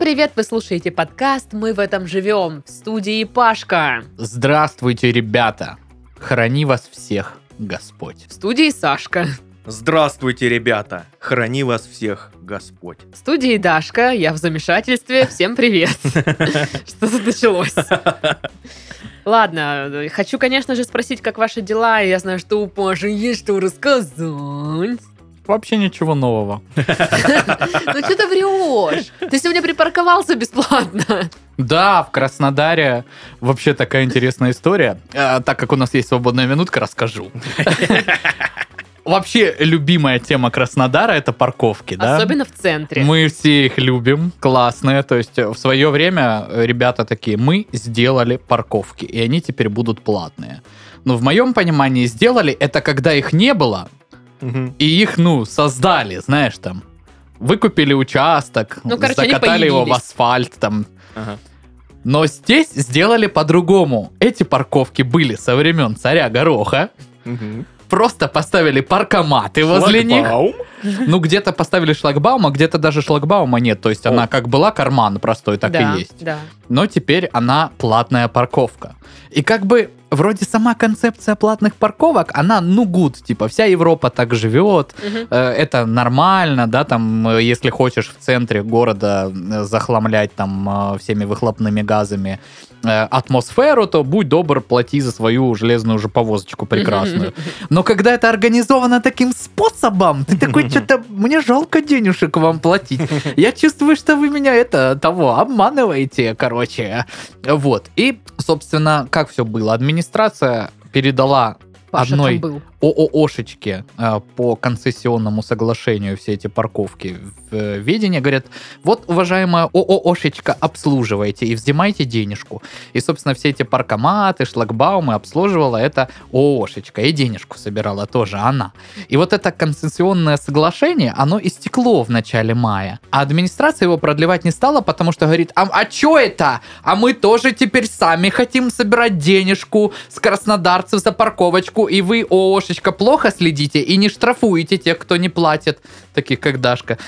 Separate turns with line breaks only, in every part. привет! Вы слушаете подкаст «Мы в этом живем» в студии Пашка,
Здравствуйте, ребята! Храни вас всех, Господь.
в студии Сашка,
Здравствуйте, ребята! Храни вас всех Господь.
в студии Дашка. Я в замешательстве. Всем привет! Что-то началось. Ладно, хочу, конечно же, спросить, как ваши дела. Я знаю, что у Паши есть что рассказать.
Вообще ничего нового.
Ну что ты врешь? Ты сегодня припарковался бесплатно.
Да, в Краснодаре вообще такая интересная история. Э, так как у нас есть свободная минутка, расскажу. Вообще, любимая тема Краснодара это парковки, да?
Особенно в центре.
Мы все их любим, классные. То есть э, в свое время э, ребята такие, мы сделали парковки, и они теперь будут платные. Но в моем понимании сделали это когда их не было, и их, ну, создали, знаешь, там, выкупили участок,
Ну, короче, они
закатали его в
появились.
асфальт, там.
Ага.
Но здесь сделали по-другому. Эти парковки были со времен царя Гороха. Просто поставили паркоматы возле них.
Шлагбаум?
Ну, где-то поставили шлагбаум, а где-то даже шлагбаума нет. То есть она
О.
как была карман простой, так
Да,
и есть.
да.
Но теперь она платная парковка. И как бы вроде сама концепция платных парковок, она ну гуд, типа вся Европа так живет,
Мгм.
Э, это нормально, да, там, э, если хочешь в центре города э, захламлять там э, всеми выхлопными газами э, атмосферу, то будь добр, плати за свою железную же повозочку прекрасную. Но когда это организовано таким способом, ты такой, что-то мне жалко денежек вам платить. Я чувствую, что вы меня это того обманываете, короче. Вот. И, собственно, как все было? Администрация передала
Паша
Одной.
там был.
ОООшечки э, по концессионному соглашению все эти парковки в э, ведение, говорят, вот, уважаемая ОООшечка, обслуживайте и взимайте денежку. И, собственно, все эти паркоматы, шлагбаумы обслуживала эта ООшечка, и денежку собирала тоже она. И вот это концессионное соглашение, оно истекло в начале мая, а администрация его продлевать не стала, потому что говорит, а, а чё это? А мы тоже теперь сами хотим собирать денежку с краснодарцев за парковочку, и вы, ООшечка, плохо следите и не штрафуете тех, кто не платит, таких как Дашка,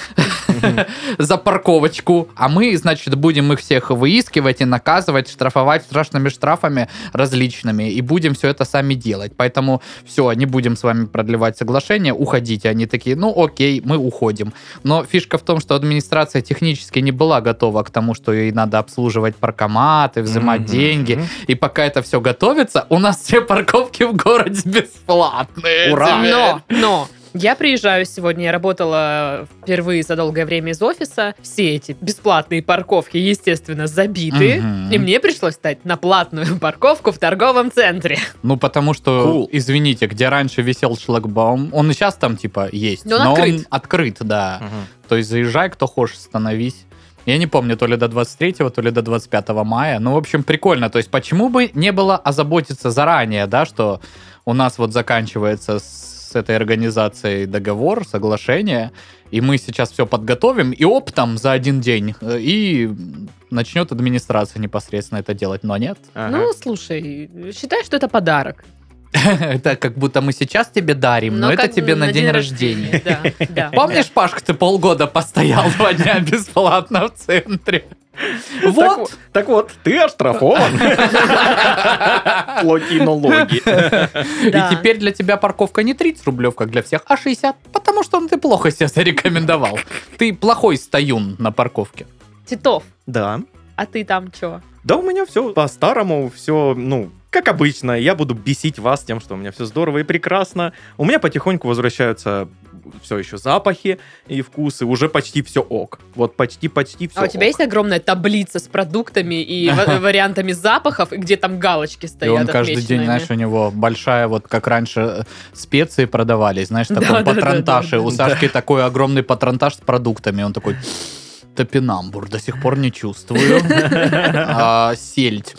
за парковочку. А мы, значит, будем их всех выискивать и наказывать, штрафовать страшными штрафами различными, и будем все это сами делать. Поэтому все, не будем с вами продлевать соглашение, уходите. Они такие, ну окей, мы уходим. Но фишка в том, что администрация технически не была готова к тому, что ей надо обслуживать паркоматы, взимать
Мгм.
деньги. И пока это все готовится, у нас все парковки в городе бесплатные.
Ура!
теперь.
Но, но я приезжаю сегодня, я работала впервые за долгое время из офиса. Все эти бесплатные парковки, естественно, забиты.
Мгм.
И мне пришлось стать на платную парковку в торговом центре.
Ну, потому что,
Cool.
извините, где раньше висел шлагбаум, он и сейчас там, типа, есть.
Но он открыт.
открыт,
Хм.
да. То есть заезжай, кто хочешь, становись. Я не помню, то ли до 23, то ли до 25 мая. Ну, в общем, прикольно. То есть, почему бы не было озаботиться заранее, да, что у нас вот заканчивается с этой организацией договор, соглашение, и мы сейчас все подготовим, и оптом за один день, э, и начнет администрация непосредственно это делать, но нет.
Ну, слушай, считай, что это подарок.
Это как будто мы сейчас тебе дарим, но, это
как
тебе Ну, на, день, рождения.
Да, да.
Помнишь, Пашка, ты полгода постоял два дня бесплатно в центре? Ну, Вот.
Так вот, ты оштрафован. Плотинологи.
И
Да.
теперь для тебя парковка не 30 рублев, как для всех, а 60, потому что ну, ты плохо себя зарекомендовал. Ты плохой стоюн на парковке.
Титов,
Да.
а ты там чё?
Да, у меня все по-старому, все, ну, как обычно. Я буду бесить вас тем, что у меня все здорово и прекрасно. У меня потихоньку возвращаются все еще запахи и вкусы. Уже почти все ок. Вот почти-почти все
А у тебя есть огромная таблица с продуктами и ва- вариантами запахов, и где там галочки
И
стоят
он каждый день,
отмеченными?
знаешь, у него большая, вот как раньше э, специи продавались, знаешь,
Да, да,
такой
да,
патронтаж.
да,
И у
да.
Сашки такой огромный патронтаж с продуктами. Он такой, топинамбур, до сих пор не чувствую. А, Сельдь.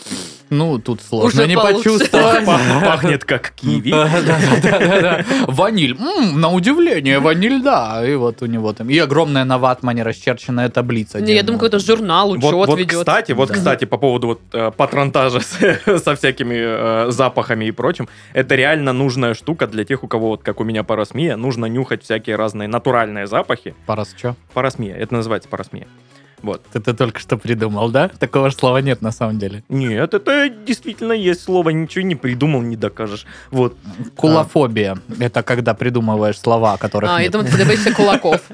Ну, тут сложно
Уже
не
получше.
почувствовать.
Пахнет как киви.
Да, да, да, да, да. Ваниль. М, на удивление, ваниль, да. И вот у него там. И огромная на ватмане расчерченная таблица.
Не,
где,
я
ну,
думаю, какой-то журнал, учет
Вот, вот,
ведет.
кстати, вот,
Да.
кстати, по поводу вот э, патронтажа с- со всякими э, запахами и прочим, это реально нужная штука для тех, у кого вот как у меня парасмия, нужно нюхать всякие разные натуральные запахи.
Парас, чё?
Парасмия, это называется парасмия. Вот.
Ты, ты только что придумал, да? Такого ж слова нет на самом деле.
Нет, это действительно есть слово, ничего не придумал, не докажешь. Вот.
Кулофобия. Это когда придумываешь слова, которых
А, я
нет.
думаю, ты добавишься кулаков.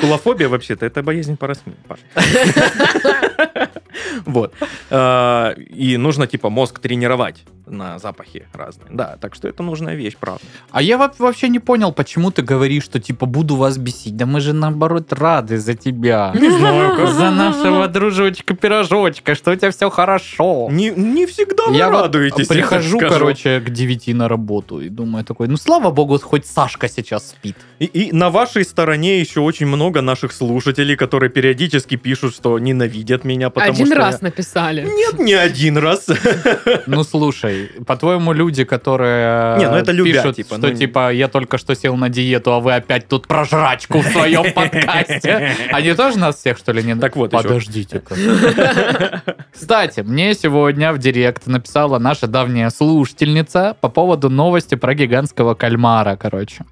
Кулофобия вообще-то это боязнь парасмин, Паш. Вот. А, И нужно, типа, мозг тренировать на запахи разные. Да, так что это нужная вещь, правда.
А я во- вообще не понял, почему ты говоришь, что типа буду вас бесить. Да мы же наоборот рады за тебя. За нашего дружочка-пирожочка, что у тебя все хорошо.
Не, не всегда Ну, вы
Я вот
радуетесь. я
прихожу,
так скажу.
короче, к 9 на работу и думаю такой, ну слава богу, хоть Сашка сейчас спит.
И, и на вашей стороне еще очень много наших слушателей, которые периодически пишут, что ненавидят меня, потому
Один
что... я-
раз написали.
Нет, не один раз.
Ну слушай, по-твоему, люди, которые э,
Не, ну это любя,
пишут,
типа,
что
ну-
типа я только что сел на диету, а вы опять тут про жрачку в своем подкасте. Они тоже нас всех, что ли, не...
Так вот еще.
Подождите-ка. Кстати, мне сегодня в директ написала наша давняя слушательница по поводу новости про гигантского кальмара, короче.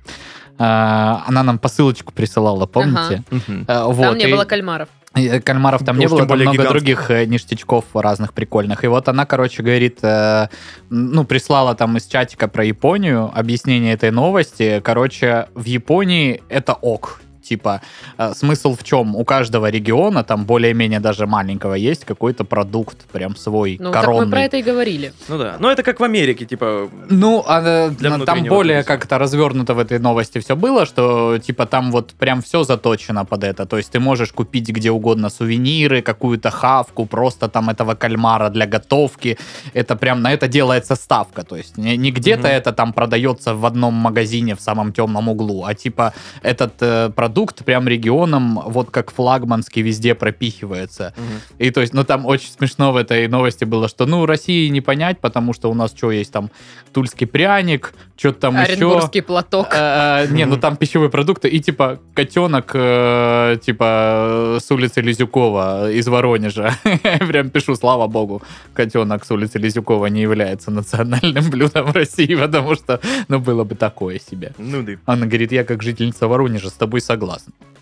А, Она нам посылочку присылала, помните?
Мгм.
Э, Вот,
Там не
и-
было кальмаров.
и э, Кальмаров там
Да
не
уж
было,
тем
там
более
много
гигантских.
других э, ништячков разных прикольных. И вот она, короче, говорит, э, ну, прислала там из чатика про Японию объяснение этой новости. Короче, в Японии это ок. Типа, э, смысл в чем? У каждого региона, там более-менее даже маленького, есть какой-то продукт прям свой,
Ну, так мы
коронный.
про это и говорили.
Ну да. Ну это как в Америке, типа...
Ну, а, э,
Для
ну, там
внутреннего
более
туризма.
как-то развернуто в этой новости все было, что типа там вот прям все заточено под это. То есть ты можешь купить где угодно сувениры, какую-то хавку, просто там этого кальмара для готовки. Это прям на это делается ставка. То есть не, не где-то
Мгм.
это там продается в одном магазине в самом темном углу, а типа этот э, продукт прям регионом вот как флагманский везде пропихивается.
мгм.
И то есть, ну там очень смешно в этой новости было, что ну России не понять, потому что у нас что есть там тульский пряник, что-то там еще.
Оренбургский платок.
Э, э, Не, ну там пищевые продукты и типа котенок э, типа э, с улицы Лизюкова э, из Воронежа. Прям пишу, слава богу, котенок с улицы Лизюкова не является национальным блюдом России, потому что, ну было бы такое себе.
Ну да.
Анна говорит, я как жительница Воронежа с тобой согласна.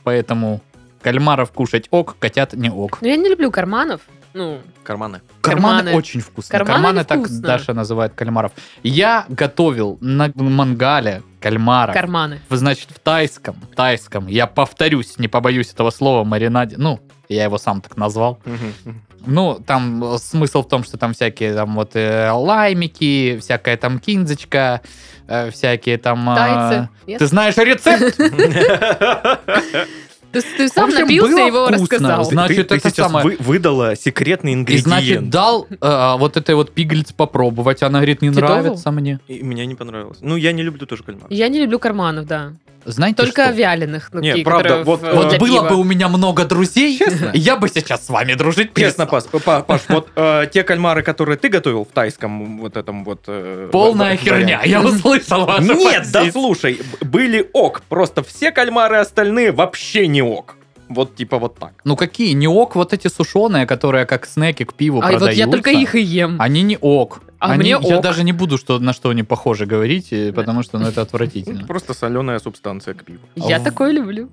Поэтому кальмаров кушать ок, котят не ок.
Но я не люблю карманов. Ну,
Карманы.
Карманы,
Карманы.
очень вкусные.
Карманы
Карманы, так
вкусно.
Даша называет кальмаров. Я готовил на мангале кальмаров.
карманы.
В- Значит, в тайском, тайском, я повторюсь, не побоюсь этого слова, маринаде. Ну, я его сам так назвал.
Мгм.
Ну, там э, смысл в том, что там всякие там вот э, лаймики, всякая там кинзочка, э, всякие там... э,
Тайцы. Нет?
Ты знаешь рецепт?
Ты, ты сам
общем,
напился
было
и его
вкусно.
рассказал.
Зна- Значит,
Ты- ты
это
сейчас
самое-
вы- выдала секретный
И значит,
ингредиент.
дал э, вот этой вот пиглиц попробовать. Она говорит, не
Ты пробовал?
нравится мне.
И мне не понравилось. Ну, я не люблю тоже кальмар.
Я не люблю карманов, да.
Знаете
Только
что?
вяленых. Ну,
Не,
такие,
правда,
которые
вот,
в-
э,
Вот
для
было
пива.
бы у меня много друзей,
Честно?
я бы сейчас с вами дружить перестал.
Честно, Паш, Па- Паш, вот э, те кальмары, которые ты готовил в тайском вот этом вот... э,
Полная
ва- ва-
херня, я услышал вашу
Нет, да
позицию.
слушай, б- были ок, просто все кальмары остальные вообще не ок. Вот типа вот так.
Ну какие, не ок вот эти сушеные, которые как снеки к пиву
А
продаются.
вот я только их и ем.
Они не ок.
А
Они-
мне
Я
ок.
даже не буду что, на что они похожи говорить, э, потому что ну, это отвратительно.
Просто соленая субстанция к пиву.
Я
в-
такое люблю.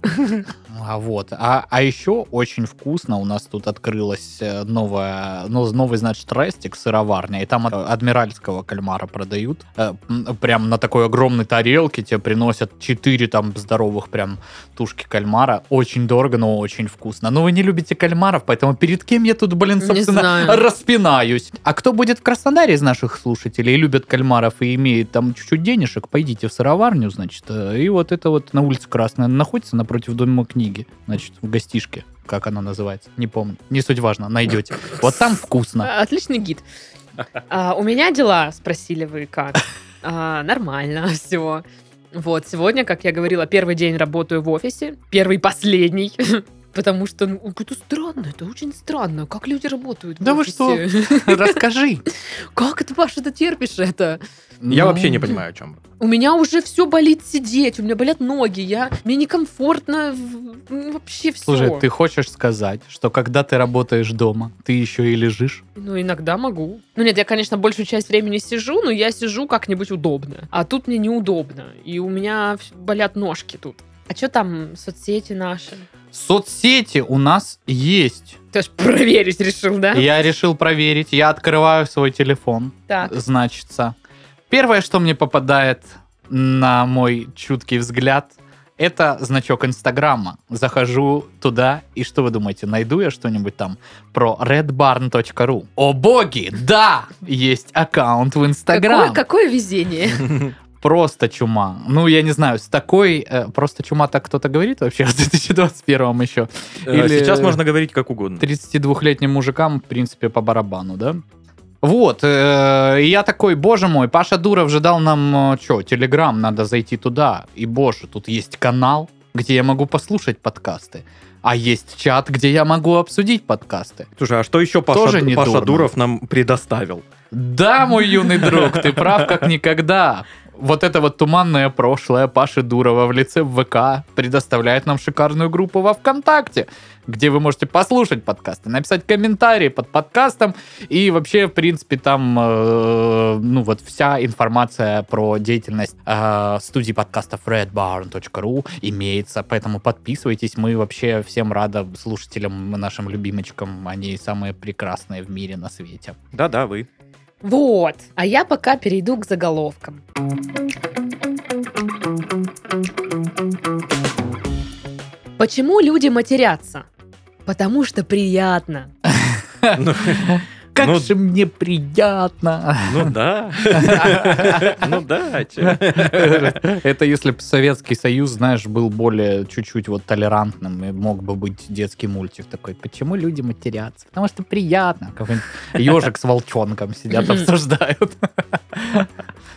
А вот. А, а еще очень вкусно у нас тут открылась э, новая, ну, новый, значит, рестик сыроварня. И там от- адмиральского кальмара продают. Э, м, Прям на такой огромной тарелке тебе приносят 4 там здоровых прям тушки кальмара. Очень дорого, но очень вкусно. Но вы не любите кальмаров, поэтому перед кем я тут, блин,
Не
собственно,
знаю.
распинаюсь. А кто будет в Краснодаре из наших слушателей и любит кальмаров и имеет там чуть-чуть денежек, пойдите в сыроварню, значит. э, И вот это вот на улице Красная она находится напротив дома книги, значит, в гостишке. Как она называется? Не помню. Не суть важно, найдете. Вот там вкусно.
А, Отличный гид. А, у меня дела, спросили вы, как? А, нормально все. Вот, сегодня, как я говорила, первый день работаю в офисе. Первый и последний. Потому что ну, это странно, это очень странно. Как люди работают в
Да вы
офисе?
Расскажи.
Как ты, Паша, ты терпишь это?
Я
Ну,
вообще не понимаю, о чем.
У меня уже все болит сидеть, у меня болят ноги, я, мне некомфортно в- м, вообще все.
Слушай, ты хочешь сказать, что когда ты работаешь дома, ты еще и лежишь?
Ну, иногда могу. Ну, нет, я, конечно, большую часть времени сижу, но я сижу как-нибудь удобно. А тут мне неудобно. И у меня вс- болят ножки тут. А что там соцсети наши?
Соцсети у нас есть.
Ты ж проверить решил, да?
Я решил проверить. Я открываю свой телефон.
Так.
Значится. Первое, что мне попадает на мой чуткий взгляд, это значок Инстаграма. Захожу туда, и что вы думаете, найду я что-нибудь там про redbarn.ru? О боги, да! Есть аккаунт в Инстаграм.
Какое, какое везение.
Просто чума. Ну, я не знаю, с такой... э, просто чума так кто-то говорит вообще в 2021 еще.
Э,
Или-
Сейчас можно говорить как угодно.
32-летним мужикам, в принципе, по барабану, да? Вот, э, и я такой, боже мой, Паша Дуров же дал нам, что, Телеграм, надо зайти туда. И, боже, тут есть канал, где я могу послушать подкасты. А есть чат, где я могу обсудить подкасты.
Слушай, а что еще Паша,
Тоже не
Паша
дурно.
Дуров нам предоставил?
Да, мой юный друг, ты прав как никогда. Вот это вот туманное прошлое Паши Дурова в лице ВК предоставляет нам шикарную группу во ВКонтакте, где вы можете послушать подкасты, написать комментарии под подкастом и вообще, в принципе, там э, ну вот вся информация про деятельность э, студии подкастов redbarn.ru имеется, поэтому подписывайтесь. Мы вообще всем рады слушателям, нашим любимочкам. Они самые прекрасные в мире на свете.
Да-да, вы.
Вот. А я пока перейду к заголовкам. Почему люди матерятся? Потому что приятно.
Ну,
Как
Ну-
же мне приятно.
Ну да. Ну да. чё.
Это если бы Советский Союз, знаешь, был более чуть-чуть вот толерантным, и мог бы быть детский мультик такой. Почему люди матерятся? Потому что приятно. Какой-нибудь Ежик с волчонком сидят,
Мгм.
обсуждают.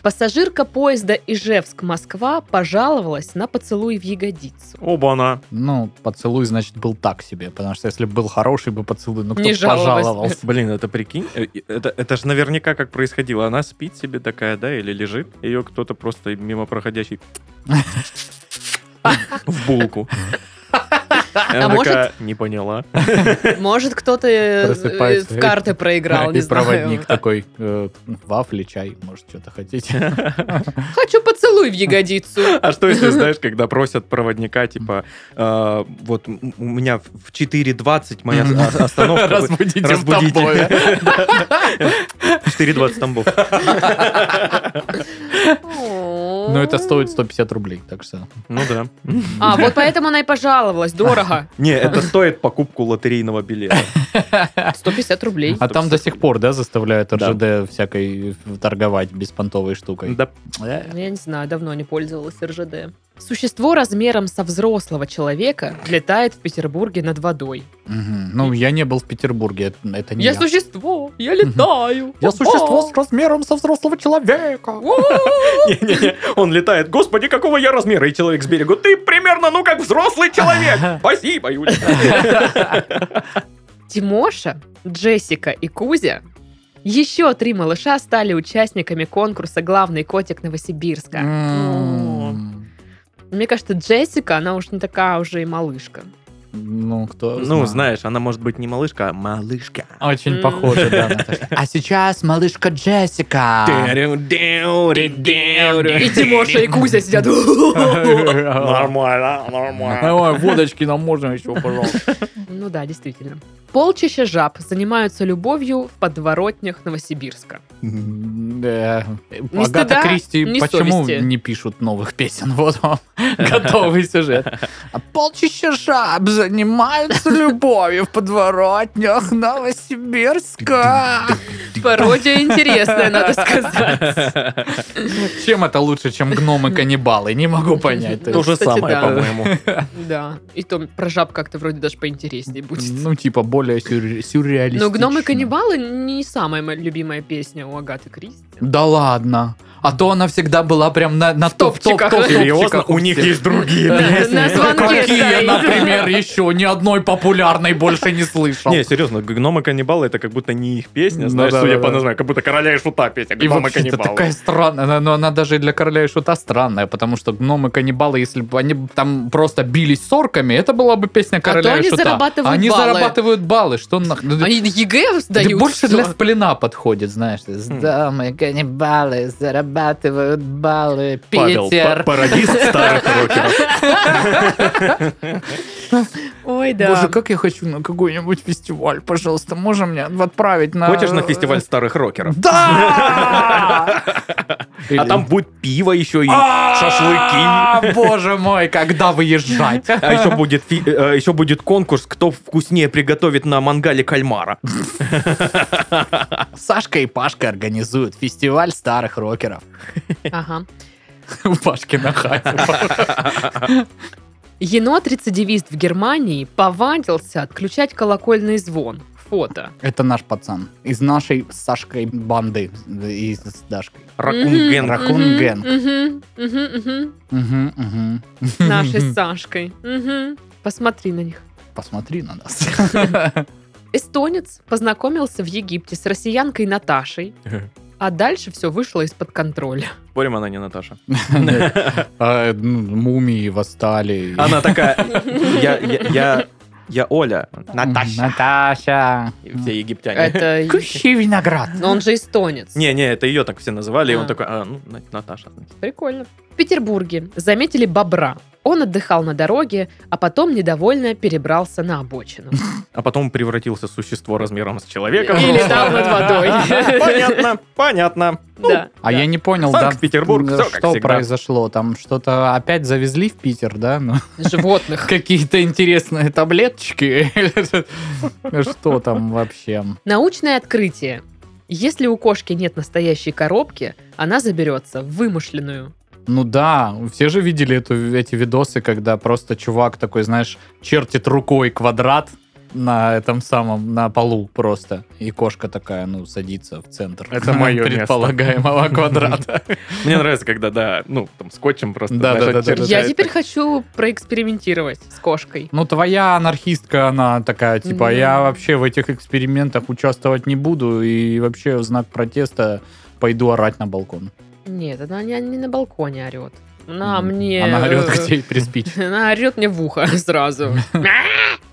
Пассажирка поезда Ижевск-Москва пожаловалась на поцелуй в ягодицу.
Оба-на.
Ну, поцелуй, значит, был так себе, потому что если бы был хороший бы поцелуй, ну кто
Не
б
жаловалась.
пожаловался?
Блин, это прикинь, э, это, это же наверняка как происходило. Она спит себе такая, да, или лежит, ее кто-то просто мимо проходящий в булку. И
А
Она
может-
такая, не поняла.
Может, кто-то э, э,
Просыпается
в карты проиграл, не
И
знаю.
проводник такой, э, вафли, чай, может, что-то хотите.
Хочу поцелуй в ягодицу.
А что если, знаешь, когда просят проводника, типа, э, вот м- у меня в 4.20 моя
Мгм.
о- остановка. будет-
Разбудите в
разбудите.
Тамбове.
Да. 4.20 Тамбов.
Но
Ну,
это стоит 150 рублей, так что...
Ну да.
А, вот поэтому она и пожаловалась. Дорого.
Не, это стоит покупку лотерейного билета.
150 рублей.
А там до сих пор, да, заставляют
Да.
РЖД всякой торговать беспонтовой штукой?
Да.
Э,
Ну, Я не знаю, давно не пользовалась РЖД. Существо размером со взрослого человека летает в Петербурге над водой.
мгм. Ну, я не был в Петербурге, это- это не
Я
я.
существо, я летаю.
Я
О-о.
существо с размером со взрослого человека.
О-о.
Не-не-не, он летает. Господи, какого я размера? И человек с берегу. Ты примерно, ну, как взрослый человек. Спасибо, Юля.
Тимоша, Джессика и Кузя еще три малыша стали участниками конкурса «Главный котик Новосибирска».
М,
Мне кажется, Джессика, она уж не такая уже и малышка.
Ну, кто
Ну,
знает.
знаешь, она может быть не малышка, а малышка.
Очень
М.
похоже, да, Наташа. А сейчас малышка
А.
Джессика.
И Тимоша, и Кузя сидят. Ну
Нормально, нормально.
Ой, водочки нам можно еще, пожалуйста.
да, действительно. Полчища жаб занимаются любовью в подворотнях Новосибирска.
Да. э, Агата
стыда,
Кристи
ни
почему
совести.
не пишут новых песен? Вот вам готовый сюжет. А полчища жаб занимаются любовью в подворотнях Новосибирска.
Пародия интересная, надо сказать.
Чем это лучше, чем гномы-каннибалы? Не могу понять.
То же
Кстати,
самое,
да.
по-моему.
Да, и то про жаб как-то вроде даже поинтереснее будет.
Ну, типа, более сюрре- сюрреалистично.
Но «Гномы-каннибалы» не самая моя любимая песня у Агаты Кристи.
Да ладно. А то она всегда была прям на, на
В
топ топ
топчиках.
топ
Серьезно, у них есть другие песни.
На звонке
Какие,
стоит.
например, еще ни одной популярной больше не слышал.
Не, серьезно, гномы каннибалы это как будто не их песня,
Ну
знаешь,
да,
судя
да,
по
да.
названию, как будто короля и шута песня,
И
гномы
вообще-то
каннибалы.
такая странная, но- но она даже для короля и шута странная, потому что гномы каннибалы, если бы они б там просто бились с орками, это была бы песня короля
А то
и
они
шута.
зарабатывают
они
баллы.
зарабатывают баллы, что нах- ну,
Они ЕГЭ
да
сдают.
больше
что?
Хм.
для сплина подходит, знаешь. Гномы каннибалы зарабатывают баллы,
Павел, па-
Питер.
пародист старых рокеров.
Ой,
Боже,
да.
как я хочу на какой-нибудь фестиваль, пожалуйста, можно мне отправить
А.
на...
Хочешь на фестиваль старых рокеров?
Да!
А там будет пиво еще и шашлыки.
А, Боже мой, когда выезжать?
А еще будет, фи- э, еще будет конкурс, кто вкуснее приготовит на мангале кальмара.
Сашка и Пашка организуют фестиваль старых рокеров.
Ага.
У Пашки на хате.
Енот-рецидивист в Германии повадился отключать колокольный звон. Фото.
Это наш пацан. Из нашей с Сашкой банды. И с Дашкой.
Ракунген.
Мгм. Ракун
Мгм,
Гэнг.
мгм, мгм, мгм.
Угу, угу.
Наши с Сашкой. Мгм. Посмотри на них.
Посмотри на нас.
Эстонец познакомился в Египте с россиянкой Наташей, а дальше все вышло из-под контроля.
Спорим, она не Наташа.
А, ну, Мумии восстали.
Она такая, я, я, я, я Оля. Наташа.
Наташа.
И Все египтяне.
Это...
Кущи виноград.
Но он же эстонец.
Не, не, это ее так все называли, и
А.
он такой, а, ну, значит, Наташа. значит».
Прикольно. В Петербурге заметили бобра. Он отдыхал на дороге, а потом недовольно перебрался на обочину.
А потом превратился в существо размером с человеком.
И летал над водой.
Понятно, понятно.
Да.
А я не понял, да?
Санкт-Петербург,
да,
всё как
Что
всегда.
произошло? Там что-то опять завезли в Питер, да? Ну,
Животных.
Какие-то интересные таблеточки. Что там вообще?
Научное открытие. Если у кошки нет настоящей коробки, она заберется в вымышленную.
Ну да, все же видели эту, эти видосы, когда просто чувак такой, знаешь, чертит рукой квадрат на этом самом, на полу просто. И кошка такая, ну, садится в центр.
Это моё место.
Предполагаемого квадрата.
Мне нравится, когда, да, ну, там, скотчем просто.
Да, да,
знаешь,
да, да, да.
отчертить.
Я теперь хочу проэкспериментировать с кошкой.
Ну, твоя анархистка, она такая, типа,
Да.
я вообще в этих экспериментах участвовать не буду, и вообще в знак протеста пойду орать на балкон.
Нет, она не, не на балконе орет. Она
М,
мне...
Она орет,
э,
где ей приспичит.
Она орет мне в ухо сразу.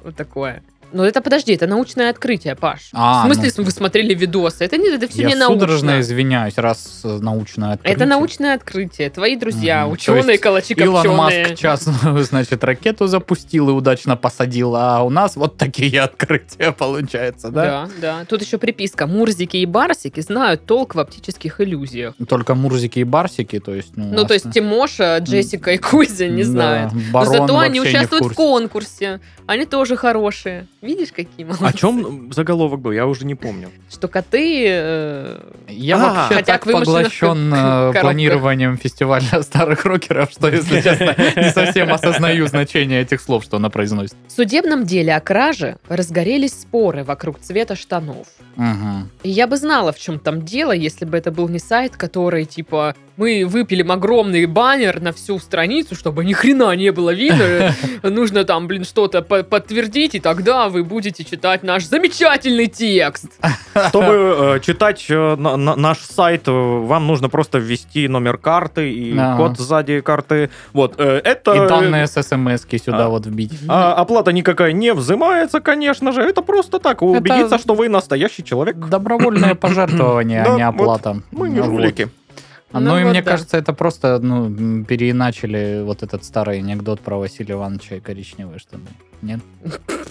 Вот такое. Ну это подожди, это научное открытие, Паш.
А,
в смысле,
ну.
вы смотрели видосы? Это, не, это все не
Я судорожно
научно.
извиняюсь, раз э, научное открытие.
Это научное открытие. Твои друзья,
Мгм. То
ученые,
есть
калачи
Илон
копченые.
Маск частную, значит, ракету запустил и удачно посадил, а у нас вот такие открытия получается, да?
Да, да. Тут еще приписка. Мурзики и барсики знают толк в оптических иллюзиях.
Только Мурзики и Барсики, то есть...
Ну, то есть Тимоша, Джессика и Кузя не знают. Но зато они участвуют в конкурсе. Они тоже хорошие. Видишь, какие молодцы.
О чем А заголовок был? Я уже не помню.
Что коты... э,
Я
А,
вообще
хотя
так
к вымышленным
поглощен
к- к-
э,
коробкам.
планированием фестиваля старых рокеров, что, если честно, не совсем осознаю значение этих слов, что она произносит.
В судебном деле о краже разгорелись споры вокруг цвета штанов.
Мгм.
И я бы знала, в чем там дело, если бы это был не сайт, который, типа, мы выпилим огромный баннер на всю страницу, чтобы ни хрена не было видно. Нужно там, блин, что-то по- подтвердить, и тогда вы будете читать наш замечательный текст.
А
Чтобы э, читать э, на- на- наш сайт, э, вам нужно просто ввести номер карты и
Да.
код сзади карты. Вот, э, это...
А. И данные с смс-ки сюда
а.
вот вбить.
А, оплата никакая не взимается, конечно же. Это просто так, убедиться, что вы настоящий человек.
Добровольное пожертвование, а
Да,
не
вот
оплата.
Мы не
Вот.
жулики.
А, Ну,
Ну
и
вот
мне
да.
кажется, это просто ну, м, переиначили вот этот старый анекдот про Василия Ивановича и коричневые штаны. Нет?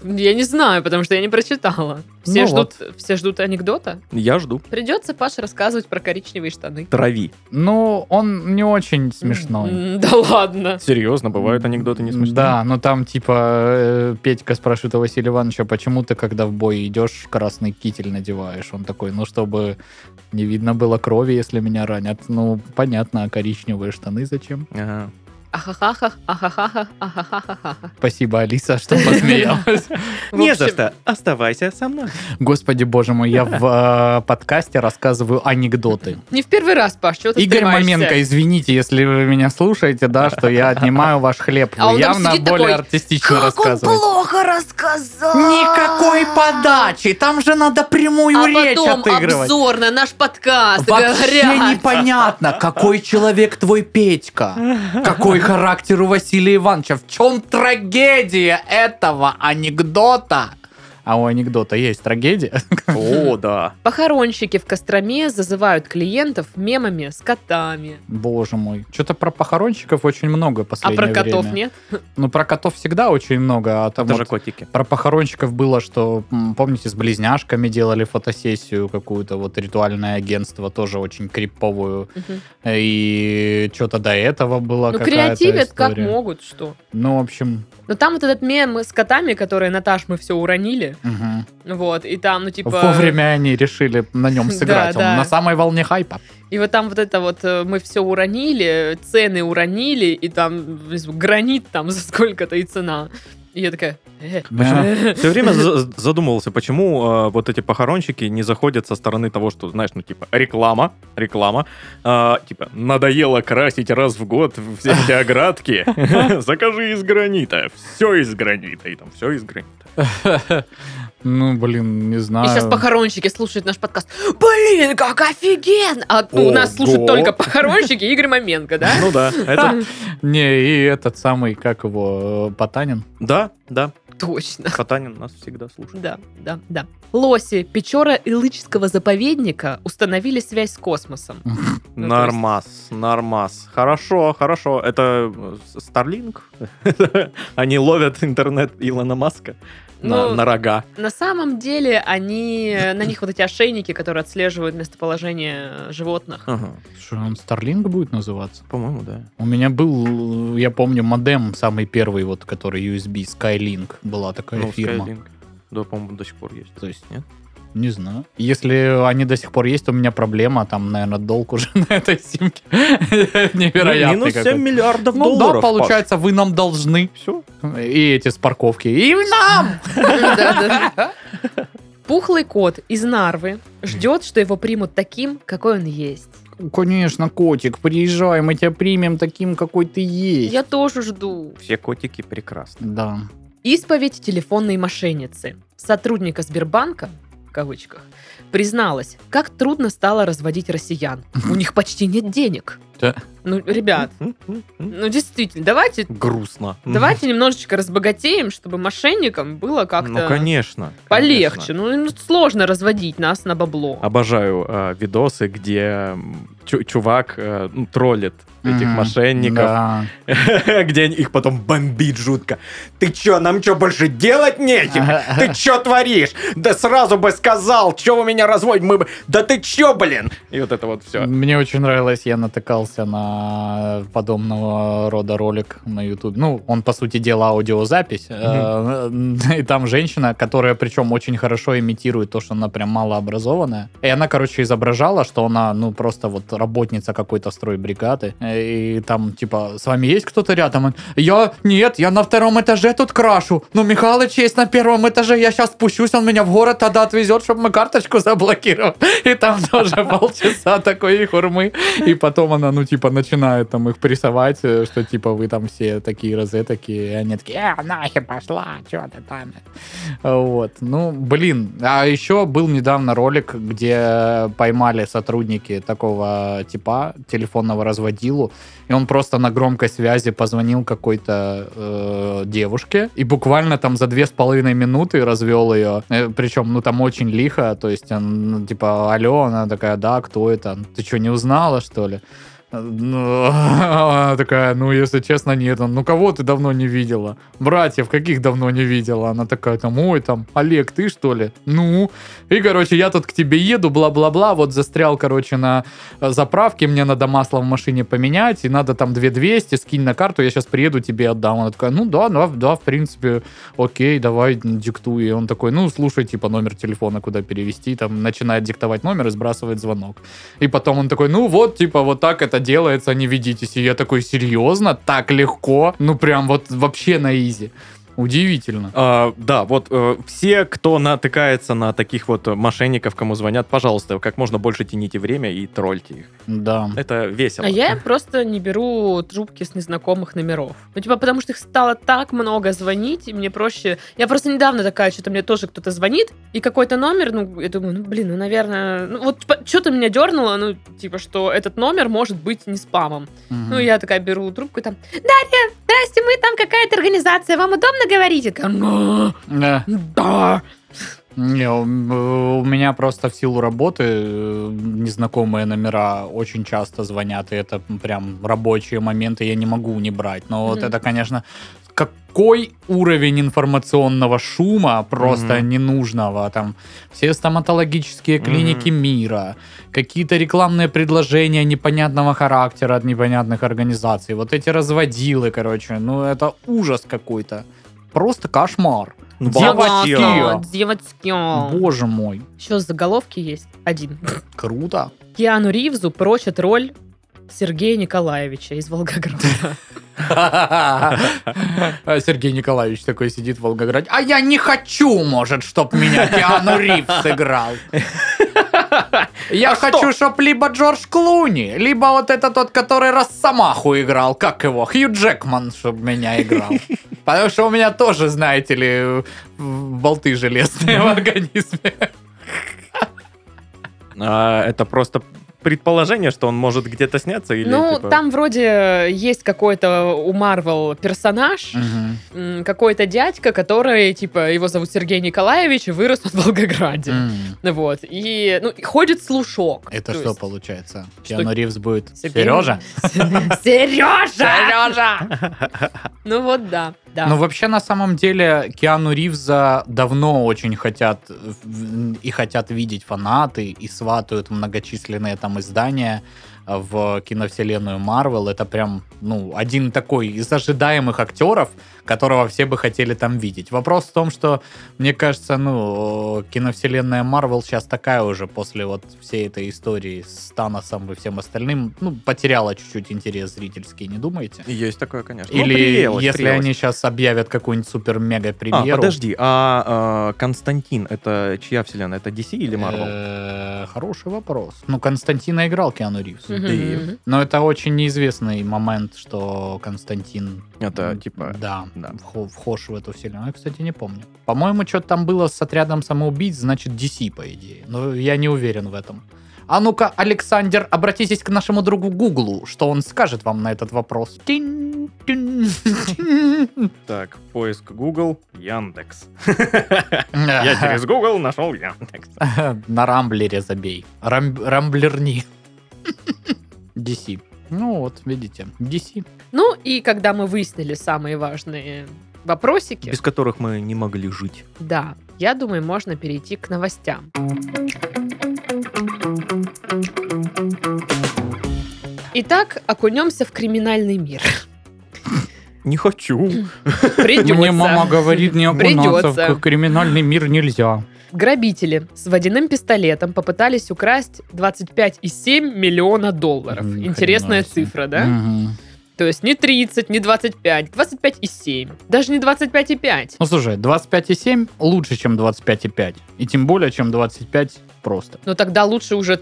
Я не знаю, потому что я не прочитала. Все,
Ну
ждут, все ждут анекдота.
Я жду.
Придется Паше рассказывать про коричневые штаны.
Трави.
Ну, он не очень смешной.
М, Да ладно.
Серьезно, А бывают анекдоты не смешные.
Да, но там типа э, Петька спрашивает у Василия Ивановича, почему ты, когда в бой идешь, красный китель надеваешь? Он такой, ну, чтобы не видно было крови, если меня ранят. Ну, понятно, а коричневые штаны зачем?
Ага.
Ахахахах, ахахахах, ахахахах.
Спасибо, Алиса, что посмеялась.
В
Не
общем,
за что. Оставайся со мной.
Господи, боже мой, я в э, подкасте рассказываю анекдоты.
Не в первый раз, Паш, чего ты
Игорь
срываешься?
Маменко, извините, если вы меня слушаете, да, что я отнимаю ваш хлеб.
А
Вы
он там
явно
сидит
более
такой,
артистично рассказываете.
плохо рассказал.
Никакой подачи, там же надо прямую
а
речь
потом
отыгрывать.
обзор на наш подкаст.
Вообще
говорят.
непонятно, какой человек твой Петька, какой характер у Василия Ивановича, в чем трагедия этого анекдота. А у анекдота есть трагедия.
О, да.
Похоронщики в Костроме зазывают клиентов мемами с котами.
Боже мой. Что-то про похоронщиков очень много
А
последнее
про котов
время.
нет?
Ну, про котов всегда очень много. А там
Это
вот
же котики.
про похоронщиков было, что, м, помните, с близняшками делали фотосессию какую-то, вот ритуальное агентство тоже очень криповую.
Мгм.
И что-то до этого было
Ну,
какая-то
креативят как
история.
могут, что.
Ну, в общем,
Но там вот этот мем с котами, которые, Наташ, мы все уронили.
мгм.
Вот, и там, ну, типа...
вовремя они решили на нем
Да,
сыграть. Он
да.
на самой волне хайпа.
И вот там вот это вот э, мы все уронили, цены уронили, и там не знаю, гранит там за сколько-то и цена. И я такая... э,
Да.
э.
Все время за- задумывался, почему э, вот эти похоронщики не заходят со стороны того, что, знаешь, ну, типа, реклама, реклама, э, типа, надоело красить раз в год все эти оградки, закажи из гранита, все из гранита, и там все из гранита.
Ну, блин, не
И
знаю.
сейчас
А.
похоронщики слушают наш подкаст. Блин, как офигенно! А ну, нас
Ого.
слушают только похоронщики и Игорь Маменко, да?
Ну да, это...
Не, и этот самый, как его, э, Потанин.
Да, да,
Точно.
Хатанин нас всегда слушает.
Да, да, да. Лоси Печора Илычского заповедника установили связь с космосом. Ну, то
Нормас, нормас. Хорошо, хорошо. Это э, Starlink? Они ловят интернет Илона Маска на
Ну,
на рога.
На самом деле они, на них вот эти ошейники, которые отслеживают местоположение э, животных.
Ага,
Что, он Старлинг будет называться?
По-моему, да.
У меня был, я помню, модем самый первый, вот, который USB, Skylink, была такая
Ну,
фирма.
Skylink. Да, по-моему, до сих пор есть.
То есть,
нет?
Не знаю. Если они до сих пор есть, у меня проблема, там, наверное, долг уже на этой симке невероятный
минус 7
какой-то.
миллиардов
Ну
долларов.
да, получается, вы нам должны.
Все.
И эти с парковки. И нам!
Да-да. Пухлый кот из Нарвы ждет, что его примут таким, какой он есть.
Конечно, котик, приезжай, мы тебя примем таким, какой ты есть.
Я тоже жду.
Все котики прекрасны.
Да.
Исповедь телефонной мошенницы. Сотрудника Сбербанка, в кавычках, призналась, как трудно стало разводить россиян. У них почти нет денег.
Да.
Ну, ребят,
М, м, м.
ну действительно, давайте,
Грустно.
давайте немножечко разбогатеем, чтобы мошенникам было как-то...
Ну, конечно.
Полегче.
конечно.
Ну, им сложно разводить нас на бабло.
Обожаю э, видосы, где м, чу- чувак э, ну, троллит этих
Мгм.
мошенников,
Да.
где их потом бомбит жутко. Ты чё, нам чё, больше делать нечего? Ты чё творишь? Да сразу бы сказал, чё вы меня разводите? Мы бы... Да ты чё, блин? И вот это вот все.
Мне очень нравилось, я натыкался на подобного рода ролик на YouTube. Ну, он, по сути дела, аудиозапись. Э, И там женщина, которая, причем, очень хорошо имитирует то, что она прям малообразованная. И она, короче, изображала, что она, ну, просто вот работница какой-то стройбригады. И там, типа, с вами есть кто-то рядом? Он, Я, нет, я на втором этаже тут крашу. Ну, Михалыч есть на первом этаже, я сейчас спущусь, он меня в город тогда отвезет, чтобы мы карточку заблокировали. И там тоже полчаса такой хурмы. И потом она, ну, типа, начинает там их прессовать, э, что, типа, вы там все такие розы, такие. И они такие, э, нахер пошла, чё ты там? Вот. Ну, блин. А еще был недавно ролик, где поймали сотрудники такого типа, телефонного разводилу, и он просто на громкой связи позвонил какой-то э, девушке и буквально там за две с половиной минуты развел ее. Э, Причем, ну там очень лихо, то есть, он, ну, типа, алло, она такая, да, кто это? Ты что, не узнала, что ли? Ну, она такая, ну, если честно, нет. Он, ну, кого ты давно не видела? Братьев каких давно не видела? Она такая, там, ой, там, Олег, ты что ли? Ну, и, короче, я тут к тебе еду, бла-бла-бла, вот застрял, короче, на э, заправке, мне надо масло в машине поменять, и надо там 2200, скинь на карту, я сейчас приеду, тебе отдам. Она такая, ну, да, да, да, в принципе, окей, давай, м, диктуй. И он такой, ну, слушай, типа, номер телефона, куда перевести, там, начинает диктовать номер и сбрасывает звонок. И потом он такой, ну вот, типа, вот так это делается, не ведитесь. И я такой, серьезно? Так легко? Ну прям вот вообще на изи. Удивительно.
А, да, вот э, все, кто натыкается на таких вот э, мошенников, кому звонят, пожалуйста, как можно больше тяните время и тролльте их.
Да.
Это весело.
А я просто не беру трубки с незнакомых номеров. Ну, типа, потому что их стало так много звонить, и мне проще... Я просто недавно такая, что-то мне тоже кто-то звонит, и какой-то номер, ну, я думаю, ну, блин, ну, наверное... Ну, вот типа, что-то меня дернуло, ну, типа, что этот номер может быть не спамом.
Мгм.
Ну, я такая беру трубку и там, Дарья, здрасте, мы там какая-то организация, вам удобно говорить? Я такая, «Ну,
Э,
да.
Не, у у меня просто в силу работы э, незнакомые номера очень часто звонят, и это прям рабочие моменты, я не могу не брать. Но вот
Мгм.
это, конечно, какой уровень информационного шума просто
Мгм.
ненужного. Там все стоматологические клиники
Мгм.
мира, какие-то рекламные предложения непонятного характера от непонятных организаций. Вот эти разводилы, короче, ну это ужас какой-то. Просто кошмар.
Ну,
Девочки!
бабатела.
Девочки.
Девочки.
Боже мой.
Еще заголовки есть. Один.
Круто.
Киану Ривзу прочит роль Сергея Николаевича из Волгограда.
А Сергей Николаевич такой сидит в Волгограде. А я не хочу, может, чтоб меня Киану Ривз сыграл.
А
Я хочу, чтоб либо Джордж Клуни, либо вот это тот, который Росомаху играл, как его, Хью Джекман, чтобы меня играл. Потому что у меня тоже, знаете ли, в- болты железные в организме.
А, это просто предположение, что он может где-то сняться или
Ну,
типа,
там вроде есть какой-то у Марвел персонаж, м, какой-то дядька, который, типа, его зовут Сергей Николаевич, и вырос он в Волгограде.
М.
Вот. И, ну, и ходит слушок.
Это
То
что
есть
получается?
что-
Киану Ривз будет Сережа?
Сережа! Ну вот да, да.
Ну, вообще, на самом деле, Киану Ривза давно очень хотят э, в- и хотят видеть фанаты, и сватают многочисленные там издания э, в киновселенную Марвел. Это прям, ну, один такой из ожидаемых актеров, которого все бы хотели там видеть. Вопрос в том, что, мне кажется, ну, э, киновселенная Марвел сейчас такая уже после вот всей этой истории с Таносом и всем остальным, ну, потеряла чуть-чуть интерес зрительский, не думаете?
Есть такое, конечно. Ну,
Или
приелось,
если
приелось.
они сейчас объявят какую-нибудь супер-мега
А,
премьеру.
подожди, а, а, Константин, это чья вселенная? Это DC или
Э,
Marvel?
Марвел? Хороший вопрос. Ну, Константина играл Киану Ривз.
Мгм,
ты-
мгм.
Но это очень неизвестный момент, что Константин...
Это
м,
типа...
Да,
да.
вхо- вхож в эту вселенную. Ну, Я, кстати, не помню. По-моему, что-то там было с отрядом самоубийц, значит, DC, по идее. Но я не уверен в этом. А ну-ка, Александр, обратитесь к нашему другу Гуглу, что он скажет вам на этот вопрос. Тинь, тинь, тинь.
Так, поиск Google, Яндекс. Я через Google нашел Яндекс.
На рамблере забей. Рам- Рамблерни. DC. Ну вот, видите, DC.
Ну и когда мы выяснили самые важные вопросики,
Без которых мы не могли жить.
да, я думаю, можно перейти к новостям. Итак, окунемся в криминальный мир.
Не хочу.
Придется.
говорит, не
окунаться в Придется.
криминальный мир нельзя.
Грабители с водяным пистолетом попытались украсть 25,7 миллиона долларов.
Мгм,
Интересная
хрена себе.
цифра, да? То есть не 30, не 25, 25,7. Даже не 25,5.
Ну слушай, 25,7 лучше, чем 25,5. И тем более, чем 25 просто.
Но тогда лучше уже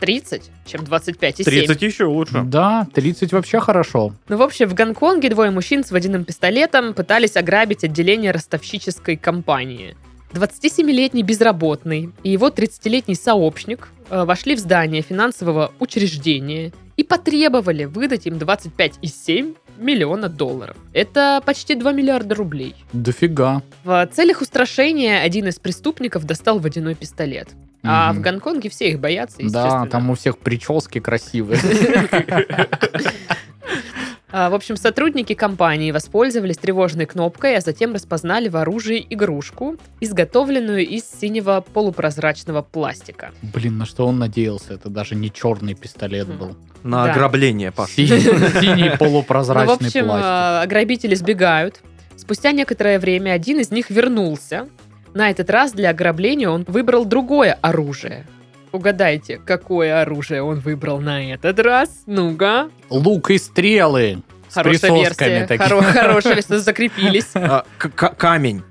30, чем 25,7.
30 еще лучше.
Да, 30 вообще хорошо.
Ну, в общем, в Гонконге двое мужчин с водяным пистолетом пытались ограбить отделение ростовщической компании. 27-летний безработный и его 30-летний сообщник э, вошли в здание финансового учреждения и потребовали выдать им 25,7 миллиона долларов. Это почти 2 миллиарда рублей.
Дофига.
В целях устрашения один из преступников достал водяной пистолет. А
Мгм.
в Гонконге все их боятся, естественно.
Да, там у всех прически красивые.
А, В общем, сотрудники компании воспользовались тревожной кнопкой, а затем распознали в оружии игрушку, изготовленную из синего полупрозрачного пластика.
Блин, на что он надеялся? Это даже не черный пистолет был.
На
Да.
ограбление, Паш.
Синий, синий
Ну, в
полупрозрачный
общем,
пластик.
а, ограбители сбегают. Спустя некоторое время один из них вернулся. На этот раз для ограбления он выбрал другое оружие. Угадайте, какое оружие он выбрал на этот раз? Ну-ка.
Лук и стрелы. С
Хорошая
присосками
версия.
такими.
Хоро- хорошая версия. Закрепились.
А, к- к- Камень.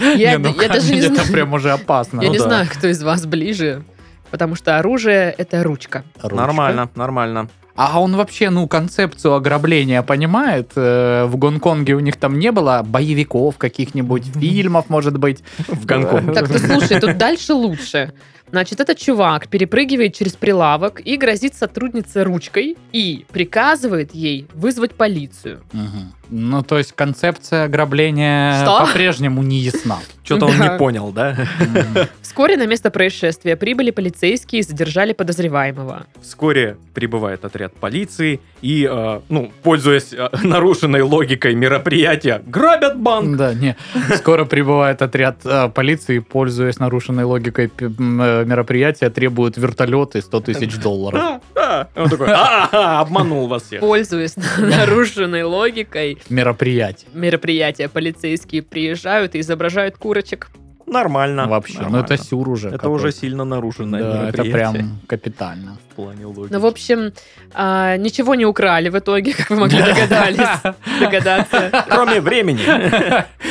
Я
Не, ну,
я даже не
это
знаю.
прям уже опасно.
Я
Ну
не
да.
знаю, кто из вас ближе, потому что оружие — это ручка.
Ручка.
Нормально, нормально.
А он вообще, ну, концепцию ограбления понимает. Э, В Гонконге у них там не было боевиков каких-нибудь, фильмов, может быть.
В Гонконг.
Так, ты слушай, тут дальше лучше. Значит, этот чувак перепрыгивает через прилавок и грозит сотруднице ручкой и приказывает ей вызвать полицию.
Мгм. Ну, то есть концепция ограбления
Что?
по-прежнему не ясна.
Что-то он
Да.
не понял, да?
Мгм.
Вскоре на место происшествия прибыли полицейские и задержали подозреваемого.
Вскоре прибывает отряд полиции и, э, ну, пользуясь э, нарушенной логикой мероприятия, грабят банк.
Да, не. Скоро прибывает отряд э, полиции, пользуясь нарушенной логикой пи- м, э, мероприятия, требуют вертолеты 100 тысяч долларов.
Да, да. И Он такой, а обманул вас всех.
Пользуясь нарушенной логикой
Мероприятие.
мероприятия, полицейские приезжают и изображают курочек.
Нормально.
Вообще. Ну,
Нормально.
это сюр уже.
Это
какой-то.
уже сильно нарушенное
Да, это
мероприятие.
прям капитально.
в плане логики.
Ну, в общем, а, ничего не украли в итоге, как вы могли догадались, догадаться.
Кроме времени.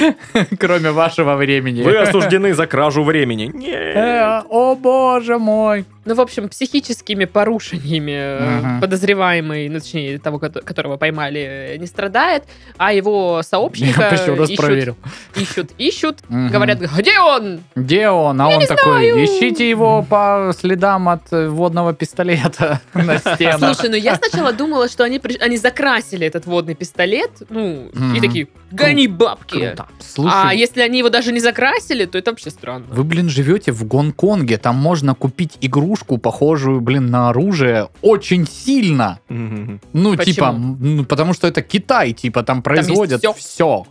Кроме вашего времени.
Вы осуждены за кражу времени.
Э,
Нет.
О боже мой!
Ну, в общем, психическими порушениями э,
Мгм.
подозреваемый, ну, точнее, того, кото- которого поймали, э, не страдает, а его сообщника
Я еще раз
ищут,
проверил.
ищут, ищут,
Мгм.
говорят, где он?
Где он? А он такой,
знаю.
ищите его по следам от э, водного пистолета на стенах.
Слушай, ну я сначала думала, что они, приш- они закрасили этот водный пистолет, ну, и
Мгм.
такие, гони бабки.
Круто.
А
Слушай,
если они его даже не закрасили, то это вообще странно.
вы, блин, живете в Гонконге, там можно купить игрушку, похожую, блин, на оружие, очень сильно.
Мгм.
Ну,
Почему?
типа, м, ну, потому что это Китай, типа, там
есть
производят
всё.
все.